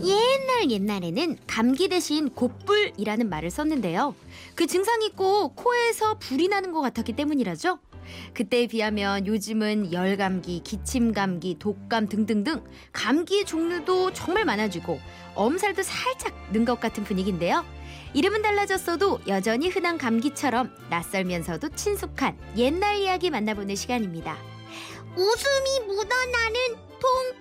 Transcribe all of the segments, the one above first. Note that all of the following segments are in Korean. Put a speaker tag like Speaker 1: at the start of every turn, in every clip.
Speaker 1: 정말 옛날에는 감기 대신 곧불이라는 말을 썼는데요. 그 증상이 꼭 코에서 불이 나는 것 같았기 때문이라죠. 그때에 비하면 요즘은 열감기, 기침감기, 독감 등등등 감기의 종류도 정말 많아지고 엄살도 살짝 는 것 같은 분위기인데요. 이름은 달라졌어도 여전히 흔한 감기처럼 낯설면서도 친숙한 옛날 이야기 만나보는 시간입니다.
Speaker 2: 웃음이 묻어나는 통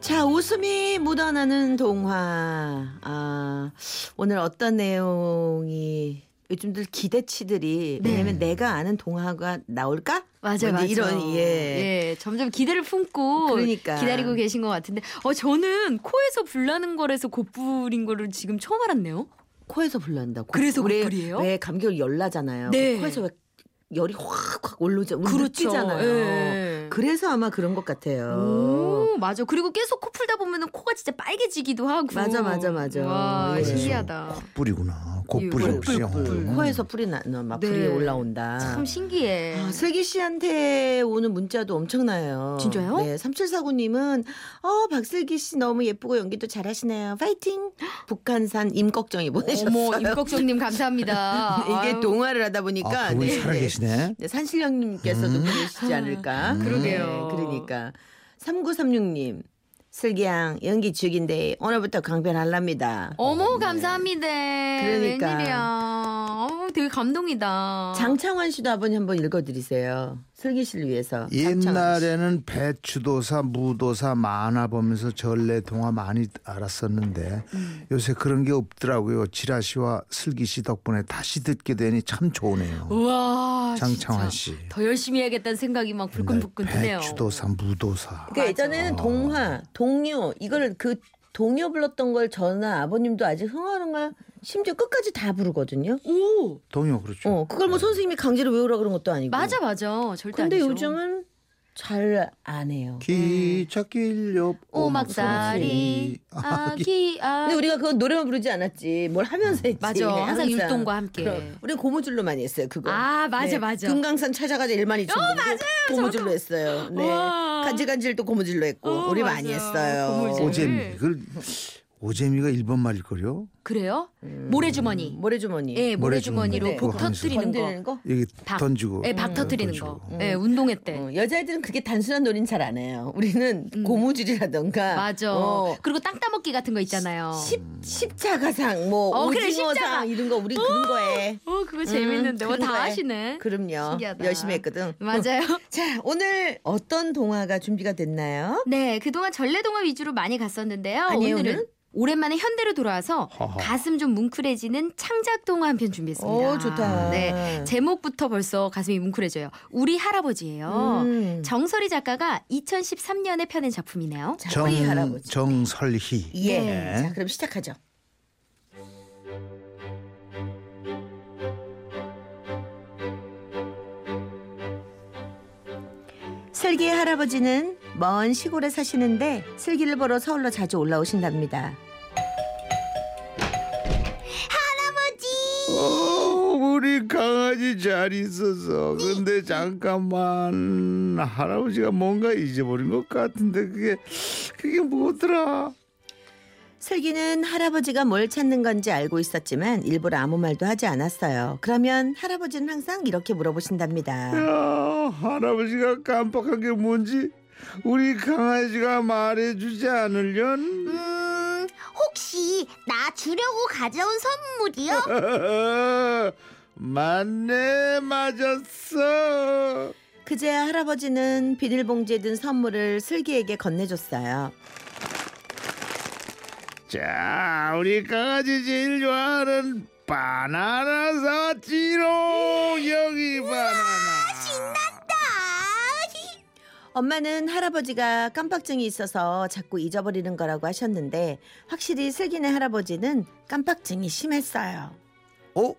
Speaker 3: 자, 웃음이 묻어나는 동화. 아, 오늘 어떤 내용이 요즘들 기대치들이
Speaker 1: 네.
Speaker 3: 왜냐면 내가 아는 동화가 나올까?
Speaker 1: 맞아요,
Speaker 3: 뭔지
Speaker 1: 맞아요.
Speaker 3: 이런, 예.
Speaker 1: 점점 기대를 품고
Speaker 3: 그러니까.
Speaker 1: 어, 기다리고 계신 것 같은데, 어 저는 코에서 불 나는 거라서 곧불인 거를 지금 처음 알았네요.
Speaker 3: 코에서 불난다고.
Speaker 1: 그래서
Speaker 3: 우리
Speaker 1: 곧불이에요?
Speaker 3: 왜 감기로 열 나잖아요. 그
Speaker 1: 네.
Speaker 3: 코에서 왜 열이 확확 올라오죠. 느끼잖아요.
Speaker 1: 그렇죠. 예.
Speaker 3: 그래서 아마 그런 것 같아요.
Speaker 1: 오, 맞아. 그리고 계속 코 풀다 보면은 코가 진짜 빨개지기도 하고.
Speaker 3: 맞아, 맞아, 맞아.
Speaker 1: 와,
Speaker 3: 예.
Speaker 1: 신기하다.
Speaker 4: 콧불이구나. 어.
Speaker 1: 예,
Speaker 4: 콧불이 없이요.
Speaker 3: 뿔뿔뿔.
Speaker 4: 아,
Speaker 3: 코에서 풀이 나, 나, 막
Speaker 1: 네.
Speaker 3: 불이 올라온다.
Speaker 1: 참 신기해.
Speaker 3: 아, 슬기 씨한테 오는 문자도 엄청나요.
Speaker 1: 진짜요?
Speaker 3: 네, 3749님은 어 박슬기 씨 너무 예쁘고 연기도 잘하시네요. 파이팅! 북한산 임꺽정이 보내셨어요.
Speaker 1: 어머, 임꺽정님 감사합니다.
Speaker 3: 이게
Speaker 1: 아유,
Speaker 3: 동화를 하다 보니까
Speaker 4: 아, 그분이
Speaker 3: 네.
Speaker 4: 살아계시네.
Speaker 3: 네, 산신령님께서도
Speaker 4: 음.
Speaker 3: 보내시지 않을까.
Speaker 4: 음.
Speaker 1: 아, 그러게요.
Speaker 3: 네, 그러니까 3936님 슬기양 연기 죽인데 오늘부터 강변할랍니다.
Speaker 1: 어머,
Speaker 3: 네.
Speaker 1: 감사합니다.
Speaker 3: 그러니까.
Speaker 1: 웬일이야. 어, 되게 감동이다.
Speaker 3: 장창환 씨도 아버님 한번 읽어드리세요. 슬기 씨를 위해서. 장창환 씨.
Speaker 4: 옛날에는 배추도사, 무도사, 만화 보면서 전래 동화 많이 알았었는데
Speaker 1: 음.
Speaker 4: 요새 그런 게 없더라고요. 지라시와 슬기씨 덕분에 다시 듣게 되니 참 좋으네요.
Speaker 1: 우와.
Speaker 4: 장창환
Speaker 1: 아, 진짜.
Speaker 4: 씨.
Speaker 1: 더 열심히 해야겠다는 생각이 막 불끈불끈 드네요.
Speaker 4: 배추도사, 무도사.
Speaker 3: 그러니까 예전에는 동화, 동요 이거를 그 동요 불렀던 걸 저나 아버님도 아직 흥얼흥얼 심지어 끝까지 다 부르거든요.
Speaker 1: 예. 오!
Speaker 4: 동요 그렇죠.
Speaker 3: 어, 그걸 뭐 선생님이 강제로 외우라 그런 것도 아니고.
Speaker 1: 맞아, 맞아. 절대
Speaker 3: 근데
Speaker 1: 아니죠.
Speaker 3: 요즘은 잘 안 해요.
Speaker 4: 기찻길 옆
Speaker 1: 네. 오막다리 아기 아
Speaker 3: 근데 우리가 그 노래만 부르지 않았지 뭘 하면서 했지.
Speaker 1: 맞아 항상 율동과 함께
Speaker 3: 그럼 우리 고무줄로 많이 했어요 그거.
Speaker 1: 아 맞아
Speaker 3: 네,
Speaker 1: 맞아 어,
Speaker 3: 금강산 찾아가자 1만 2천 원. 고무줄로 했어요. 네.
Speaker 1: 와.
Speaker 3: 간질간질도 고무줄로 했고
Speaker 1: 어,
Speaker 3: 우리
Speaker 1: 맞아.
Speaker 3: 많이 했어요.
Speaker 1: 고무줄.
Speaker 4: 네. 오재미. 그걸 오재미가 일본 말일걸요?
Speaker 1: 그래요
Speaker 3: 음.
Speaker 1: 모래주머니
Speaker 3: 모래주머니.
Speaker 1: 예 모래주머니로
Speaker 3: 모래주머니.
Speaker 1: 복
Speaker 4: 그거 하면서.
Speaker 1: 터뜨리는
Speaker 3: 건드리는
Speaker 1: 거
Speaker 3: 거?
Speaker 4: 여기
Speaker 1: 박.
Speaker 4: 던지고. 네,
Speaker 1: 예,
Speaker 3: 음.
Speaker 1: 박 터뜨리는
Speaker 4: 던지고.
Speaker 1: 거. 예, 운동회 때.
Speaker 3: 어, 여자애들은 그게 단순한 놀이는 잘 안 해요. 우리는 고무줄이라던가.
Speaker 1: 음. 맞아.
Speaker 3: 어,
Speaker 1: 그리고 땅 따먹기 같은 거 있잖아요.
Speaker 3: 십, 십자가상, 뭐,
Speaker 1: 어, 그래,
Speaker 3: 오징어상,
Speaker 1: 십자가.
Speaker 3: 이런 거 우리 그런 거에.
Speaker 1: 어, 그거 재밌는데. 어,
Speaker 3: 그런
Speaker 1: 다
Speaker 3: 거에.
Speaker 1: 하시네.
Speaker 3: 음, 그럼요.
Speaker 1: 신기하다.
Speaker 3: 열심히 했거든. 어,
Speaker 1: 맞아요.
Speaker 3: 자, 오늘 어떤 동화가 준비가 됐나요?
Speaker 1: 네, 그동안 전래동화 위주로 많이 갔었는데요.
Speaker 3: 아니에요,
Speaker 1: 오늘은
Speaker 3: 오늘?
Speaker 1: 오랜만에 현대로 돌아와서
Speaker 4: 허허.
Speaker 1: 가슴 좀 뭉클해지는 창작 동화 한 편 준비했습니다.
Speaker 3: 오, 좋다.
Speaker 1: 네, 제목부터 벌써 가슴이 뭉클해져요. 우리 할아버지예요.
Speaker 3: 음.
Speaker 1: 정설이 작가가 2013년에 펴낸 작품이네요.
Speaker 3: 자,
Speaker 4: 정,
Speaker 3: 우리 할아버지.
Speaker 4: 정설희.
Speaker 3: 예.
Speaker 1: 네.
Speaker 3: 자, 그럼 시작하죠. 슬기의 할아버지는 먼 시골에 사시는데 슬기를 보러 서울로 자주 올라오신답니다.
Speaker 4: 어, 우리 강아지 잘 있었어. 근데 잠깐만 할아버지가 뭔가 잊어버린 것 같은데 그게 그게 뭐더라?
Speaker 3: 슬기는 할아버지가 뭘 찾는 건지 알고 있었지만 일부러 아무 말도 하지 않았어요. 그러면 할아버지는 항상 이렇게 물어보신답니다.
Speaker 4: 야, 할아버지가 깜빡한 게 뭔지 우리 강아지가 말해주지 않으련?
Speaker 2: 음, 혹시 나 주려고 가져온
Speaker 1: 어.
Speaker 2: 선물이요?
Speaker 4: 맞네 맞았어.
Speaker 3: 그제야 할아버지는 비닐봉지에 든 선물을 슬기에게 건네줬어요.
Speaker 4: 자, 우리 강아지 제일 좋아하는 바나나 사치로 여기 바나나. 신난다.
Speaker 3: 엄마는 할아버지가 깜빡증이 있어서 자꾸 잊어버리는 거라고 하셨는데 확실히 슬기네 할아버지는 깜빡증이 심했어요.
Speaker 4: 어?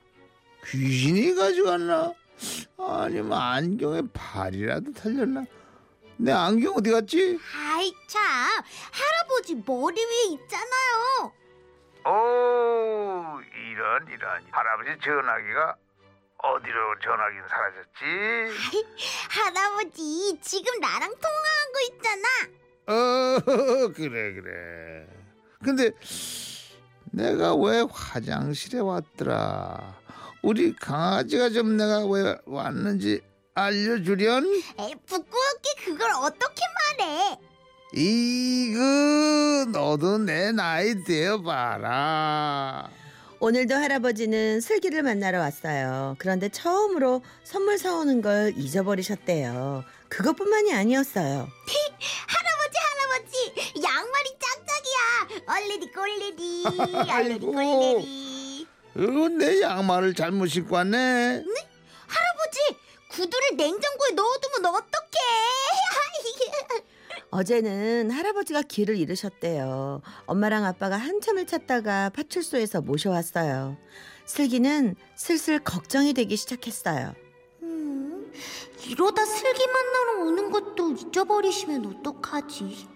Speaker 4: 귀신이 가져갔나? 아니면 안경에 발이라도 달렸나? 내 안경 어디 갔지?
Speaker 2: 아이, 참. 할아버지 머리 위에 있잖아요.
Speaker 4: 오, 이런 이런. 할아버지 전화기가 어디로 전화기는 사라졌지?
Speaker 2: 할아버지, 지금 나랑 통화하고 있잖아.
Speaker 4: 어 그래 그래 근데 내가 왜 화장실에 왔더라 우리 강아지가 좀 내가 왜 왔는지 알려주련
Speaker 1: 에 부끄럽게 그걸 어떻게 말해?
Speaker 4: 이그 너도 내 나이 되어봐라
Speaker 3: 오늘도 할아버지는 슬기를 만나러 왔어요. 그런데 처음으로 선물 사오는 걸 잊어버리셨대요. 그것뿐만이 아니었어요.
Speaker 1: 할아버지 할아버지 양말이 짝짝이야. 얼레디 꼴레디 얼레디
Speaker 4: 아이고.
Speaker 1: 꼴레디.
Speaker 4: 이건 내 양말을 잘못 신고 왔네
Speaker 1: 할아버지 구두를 냉장고에 넣어두면 어떡해?
Speaker 3: 어제는 할아버지가 길을 잃으셨대요. 엄마랑 아빠가 한참을 찾다가 파출소에서 모셔왔어요. 슬기는 슬슬 걱정이 되기 시작했어요.
Speaker 1: 음, 이러다 슬기 만나러 오는 것도 잊어버리시면 어떡하지?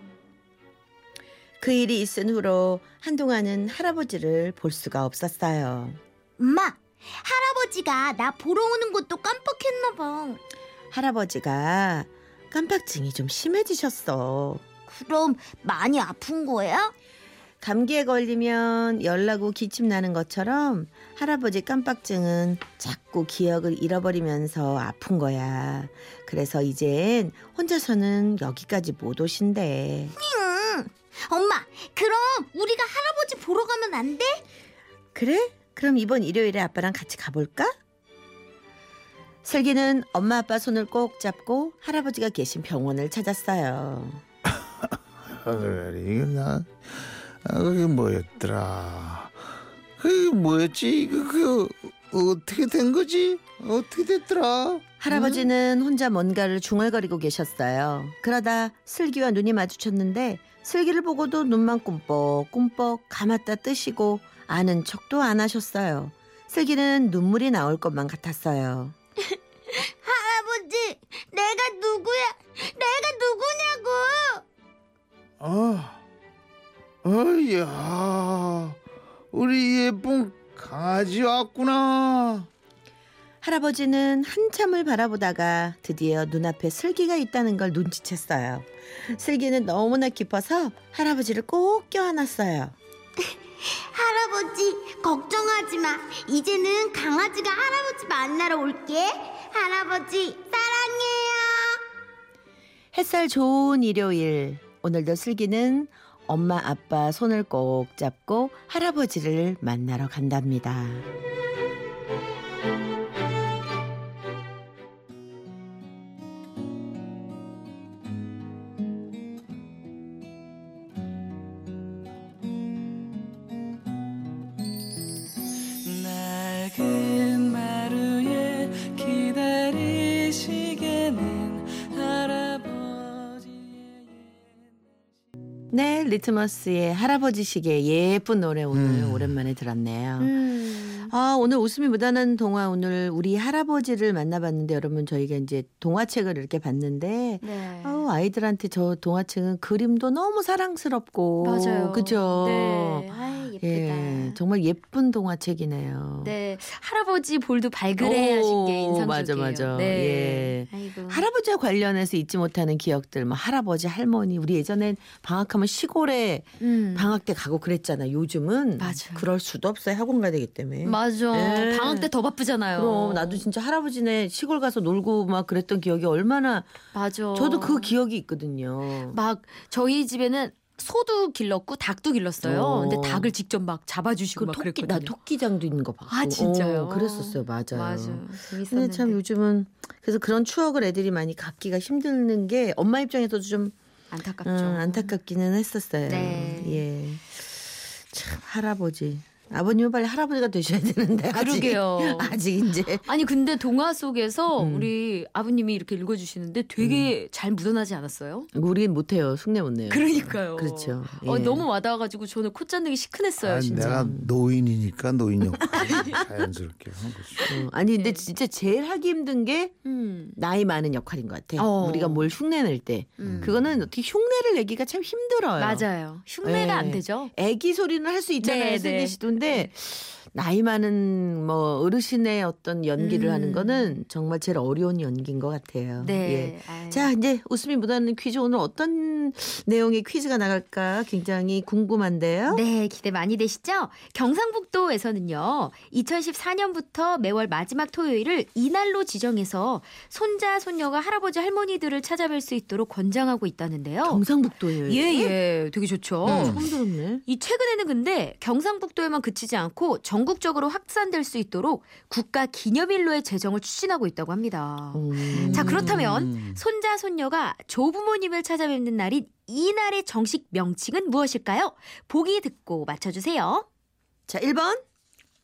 Speaker 3: 그 일이 있은 후로 한동안은 할아버지를 볼 수가 없었어요.
Speaker 1: 엄마, 할아버지가 나 보러 오는 것도 깜빡했나 봐.
Speaker 3: 할아버지가 깜빡증이 좀 심해지셨어.
Speaker 1: 그럼 많이 아픈 거야?
Speaker 3: 감기에 걸리면 열나고 기침 나는 것처럼 할아버지 깜빡증은 자꾸 기억을 잃어버리면서 아픈 거야. 그래서 이젠 혼자서는 여기까지 못 오신대.
Speaker 1: 응. 엄마, 그럼 우리가 할아버지 보러 가면 안 돼?
Speaker 3: 그래? 그럼 이번 일요일에 아빠랑 같이 가볼까? 슬기는 엄마 아빠 손을 꼭 잡고 할아버지가 계신 병원을 찾았어요.
Speaker 4: 아, 그래 이거 나 아, 그게 뭐였더라 그게 뭐였지 그, 그 어떻게 된 거지 어떻게 됐더라
Speaker 3: 할아버지는 혼자 뭔가를 중얼거리고 계셨어요. 그러다 슬기와 눈이 마주쳤는데 슬기를 보고도 눈만 꿈뻑꿈뻑 감았다 뜨시고 아는 척도 안 하셨어요. 슬기는 눈물이 나올 것만 같았어요.
Speaker 1: 할아버지, 내가 누구야? 내가 누구냐고?
Speaker 4: 아, 어야, 우리 예쁜 강아지 왔구나.
Speaker 3: 할아버지는 한참을 바라보다가 드디어 눈앞에 슬기가 있다는 걸 눈치챘어요. 슬기는 너무나 기뻐서 할아버지를 꼭 껴안았어요.
Speaker 1: 할아버지, 걱정하지 마. 이제는 강아지가 할아버지 만나러 올게. 할아버지, 사랑해요.
Speaker 3: 햇살 좋은 일요일 오늘도 슬기는 엄마 아빠 손을 꼭 잡고 할아버지를 만나러 간답니다.
Speaker 5: 낡은 마루에 기다리시게는 할아버지의
Speaker 3: 네, 리트머스의 할아버지식의 예쁜 노래 오늘
Speaker 4: 음.
Speaker 3: 오랜만에 들었네요.
Speaker 6: 음.
Speaker 3: 아, 오늘 웃음이 묻어나는 동화 오늘 우리 할아버지를 만나봤는데 여러분 저희가 이제 동화책을 이렇게 봤는데 어,
Speaker 6: 네.
Speaker 3: 아우, 아이들한테 저 동화책은 그림도 너무 사랑스럽고
Speaker 6: 맞아요.
Speaker 3: 그죠?
Speaker 6: 네. 아, 예쁘다.
Speaker 3: 어. 예, 정말 예쁜 동화책이네요.
Speaker 6: 네, 할아버지 볼도 발그레하신 게
Speaker 3: 오,
Speaker 6: 인상적이에요.
Speaker 3: 맞아, 맞아. 예.
Speaker 6: 네. 아이고.
Speaker 3: 할아버지와 관련해서 잊지 못하는 기억들, 뭐 할아버지, 할머니, 우리 예전엔 방학하면 시골에
Speaker 6: 음.
Speaker 3: 방학 때 가고 그랬잖아. 요즘은
Speaker 6: 맞아요.
Speaker 3: 그럴 수도 없어요. 학원 가야 되기 때문에.
Speaker 6: 맞아.
Speaker 3: 예.
Speaker 6: 방학 때 더 바쁘잖아요.
Speaker 3: 그럼 나도 진짜 할아버지네 시골 가서 놀고 막 그랬던 기억이 얼마나
Speaker 6: 맞아.
Speaker 3: 저도 그 기억이 있거든요.
Speaker 6: 어. 막 저희 집에는 소도 길렀고 닭도 길렀어요.
Speaker 3: 어.
Speaker 6: 근데 닭을 직접 막 잡아주시고
Speaker 3: 그
Speaker 6: 막
Speaker 3: 토끼 나
Speaker 6: 그랬거든요.
Speaker 3: 토끼장도 있는 거 봤고.
Speaker 6: 아, 진짜요?
Speaker 3: 어, 그랬었어요. 맞아요.
Speaker 6: 맞아.
Speaker 3: 근데
Speaker 6: 재밌었는데.
Speaker 3: 참 요즘은 그래서 그런 추억을 애들이 많이 갖기가 힘드는 게 엄마 입장에서도 좀
Speaker 6: 안타깝죠.
Speaker 3: 음, 안타깝기는 했었어요.
Speaker 6: 네.
Speaker 3: 예. 참 할아버지. 아버님은 빨리 할아버지가 되셔야 되는데 아직
Speaker 6: 그러게요.
Speaker 3: 아직 이제
Speaker 6: 아니 근데 동화 속에서
Speaker 3: 음.
Speaker 6: 우리 아버님이 이렇게 읽어주시는데 되게 잘 묻어나지 않았어요?
Speaker 3: 우린 못해요. 숭례 못해요.
Speaker 6: 그러니까요.
Speaker 3: 예. 그렇죠.
Speaker 6: 어,
Speaker 3: 예. 네.
Speaker 6: 너무 와닿아가지고 저는 콧잔등이 시큰했어요.
Speaker 4: 아,
Speaker 6: 진짜.
Speaker 4: 내가 노인이니까 노인 역할 자연스럽게 한 거지.
Speaker 3: 어, 아니 근데
Speaker 6: 예.
Speaker 3: 진짜 제일 하기 힘든 게
Speaker 6: 음.
Speaker 3: 나이 많은 역할인 것 같아.
Speaker 6: 어.
Speaker 3: 우리가 뭘 흉내 낼 때.
Speaker 6: 음.
Speaker 3: 그거는 어떻게 흉내를 내기가 참 힘들어요.
Speaker 6: 맞아요. 흉내가
Speaker 3: 예.
Speaker 6: 안 되죠.
Speaker 3: 애기 소리는 할 수 있잖아요.
Speaker 6: 네,
Speaker 3: 슬기
Speaker 6: 네.
Speaker 3: 씨도인데 나이 많은 뭐 어르신의 어떤 연기를
Speaker 6: 음.
Speaker 3: 하는 거는 정말 제일 어려운 연기인 것 같아요.
Speaker 6: 네. 아유.
Speaker 3: 예. 자, 이제 웃음이 묻어나는 퀴즈 오늘 어떤 내용의 퀴즈가 나갈까 굉장히 궁금한데요.
Speaker 6: 네, 기대 많이 되시죠? 경상북도에서는요, 2014년부터 매월 마지막 토요일을 이날로 지정해서 손자, 손녀가 할아버지, 할머니들을 찾아뵐 수 있도록 권장하고 있다는데요.
Speaker 3: 경상북도예요.
Speaker 6: 예, 예, 되게 좋죠.
Speaker 3: 어, 처음 들었네.
Speaker 6: 이 최근에는 근데 경상북도에만 그치지 않고 전국적으로 확산될 수 있도록 국가 기념일로의 제정을 추진하고 있다고 합니다.
Speaker 3: 음.
Speaker 6: 자, 그렇다면
Speaker 4: 음.
Speaker 6: 손자 손녀가 조부모님을 찾아뵙는 날인 이날의 정식 명칭은 무엇일까요? 보기 듣고 맞춰 주세요.
Speaker 3: 자, 1번,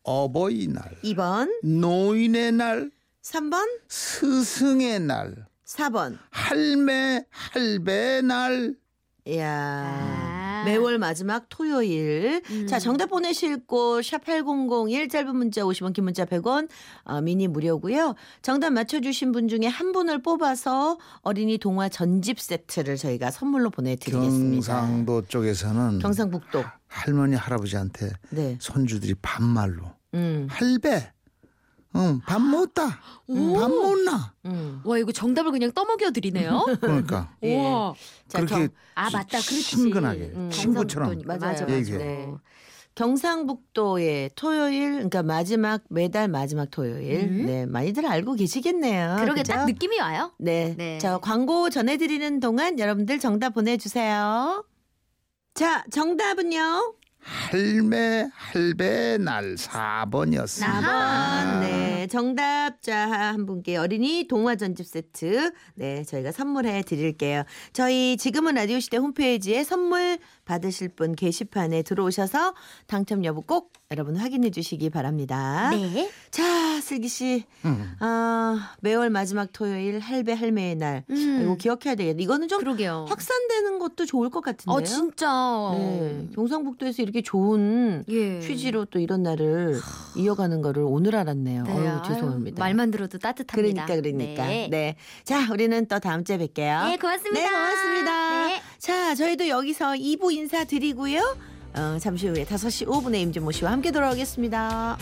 Speaker 4: 어버이날,
Speaker 3: 2번,
Speaker 4: 노인의 날,
Speaker 3: 3번,
Speaker 4: 스승의 날,
Speaker 3: 4번.
Speaker 4: 할매 할배 날.
Speaker 3: 이야. 아, 매월 마지막 토요일.
Speaker 6: 아. 음.
Speaker 3: 자, 정답 보내실 곳, 샵8001, 짧은 문자 50원, 긴 문자 100원, 어, 미니 무료고요 정답 맞춰주신 분 중에 한 분을 뽑아서 어린이 동화 전집 세트를 저희가 선물로 보내드리겠습니다.
Speaker 4: 경상도 쪽에서는
Speaker 3: 북도
Speaker 4: 할머니 할아버지한테
Speaker 3: 네.
Speaker 4: 손주들이 반말로
Speaker 3: 음,
Speaker 4: 할배, 어, 응밥 못다,
Speaker 6: 오.
Speaker 4: 밥 못나.
Speaker 3: 음.
Speaker 6: 와, 이거 정답을 그냥 떠먹여 드리네요.
Speaker 4: 그러니까
Speaker 3: 예.
Speaker 6: 우와.
Speaker 3: 자,
Speaker 4: 그렇게
Speaker 3: 경-
Speaker 6: 아, 맞다. 그렇지.
Speaker 4: 친근하게
Speaker 6: 음,
Speaker 4: 친구처럼
Speaker 6: 경상북도니까. 맞아,
Speaker 3: 맞아요.
Speaker 6: 맞아.
Speaker 3: 네. 경상북도의 토요일, 그러니까 마지막, 매달 마지막 토요일.
Speaker 6: 음.
Speaker 3: 네, 많이들 알고 계시겠네요.
Speaker 6: 그러게
Speaker 3: 아, 그죠?
Speaker 6: 딱 느낌이 와요.
Speaker 3: 네.
Speaker 6: 네.
Speaker 3: 자, 광고 전해드리는 동안 여러분들 정답 보내주세요. 자, 정답은요?
Speaker 4: 할매 할배 날 4번이었습니다.
Speaker 6: 아하.
Speaker 3: 네. 정답자 한 분께 어린이 동화 전집 세트. 네. 저희가 선물해 드릴게요. 저희 지금은 라디오 시대 홈페이지에 선물 받으실 분 게시판에 들어오셔서 당첨 여부 꼭 여러분 확인해 주시기 바랍니다.
Speaker 6: 네.
Speaker 3: 자, 슬기 씨.
Speaker 4: 음.
Speaker 3: 아, 매월 마지막 토요일 할배 할매의 날.
Speaker 6: 음.
Speaker 3: 이거 기억해야 되겠네. 이거는 좀
Speaker 6: 그러게요.
Speaker 3: 확산되는 것도 좋을 것 같은데요.
Speaker 6: 어, 진짜.
Speaker 3: 네, 경상북도에서 이렇게 좋은
Speaker 6: 예.
Speaker 3: 취지로 또 이런 날을 이어가는 거를 오늘 알았네요.
Speaker 6: 네,
Speaker 3: 어유
Speaker 6: 아유,
Speaker 3: 죄송합니다.
Speaker 6: 말만 들어도 따뜻합니다.
Speaker 3: 그러니까 그러니까.
Speaker 6: 네.
Speaker 3: 네. 자, 우리는 또 다음 주에 뵐게요.
Speaker 6: 네, 고맙습니다.
Speaker 3: 네, 고맙습니다.
Speaker 6: 네.
Speaker 3: 자, 저희도 여기서 2부 인사드리고요. 어, 잠시 후에 5시 5분에 임진모 씨와 함께 돌아오겠습니다.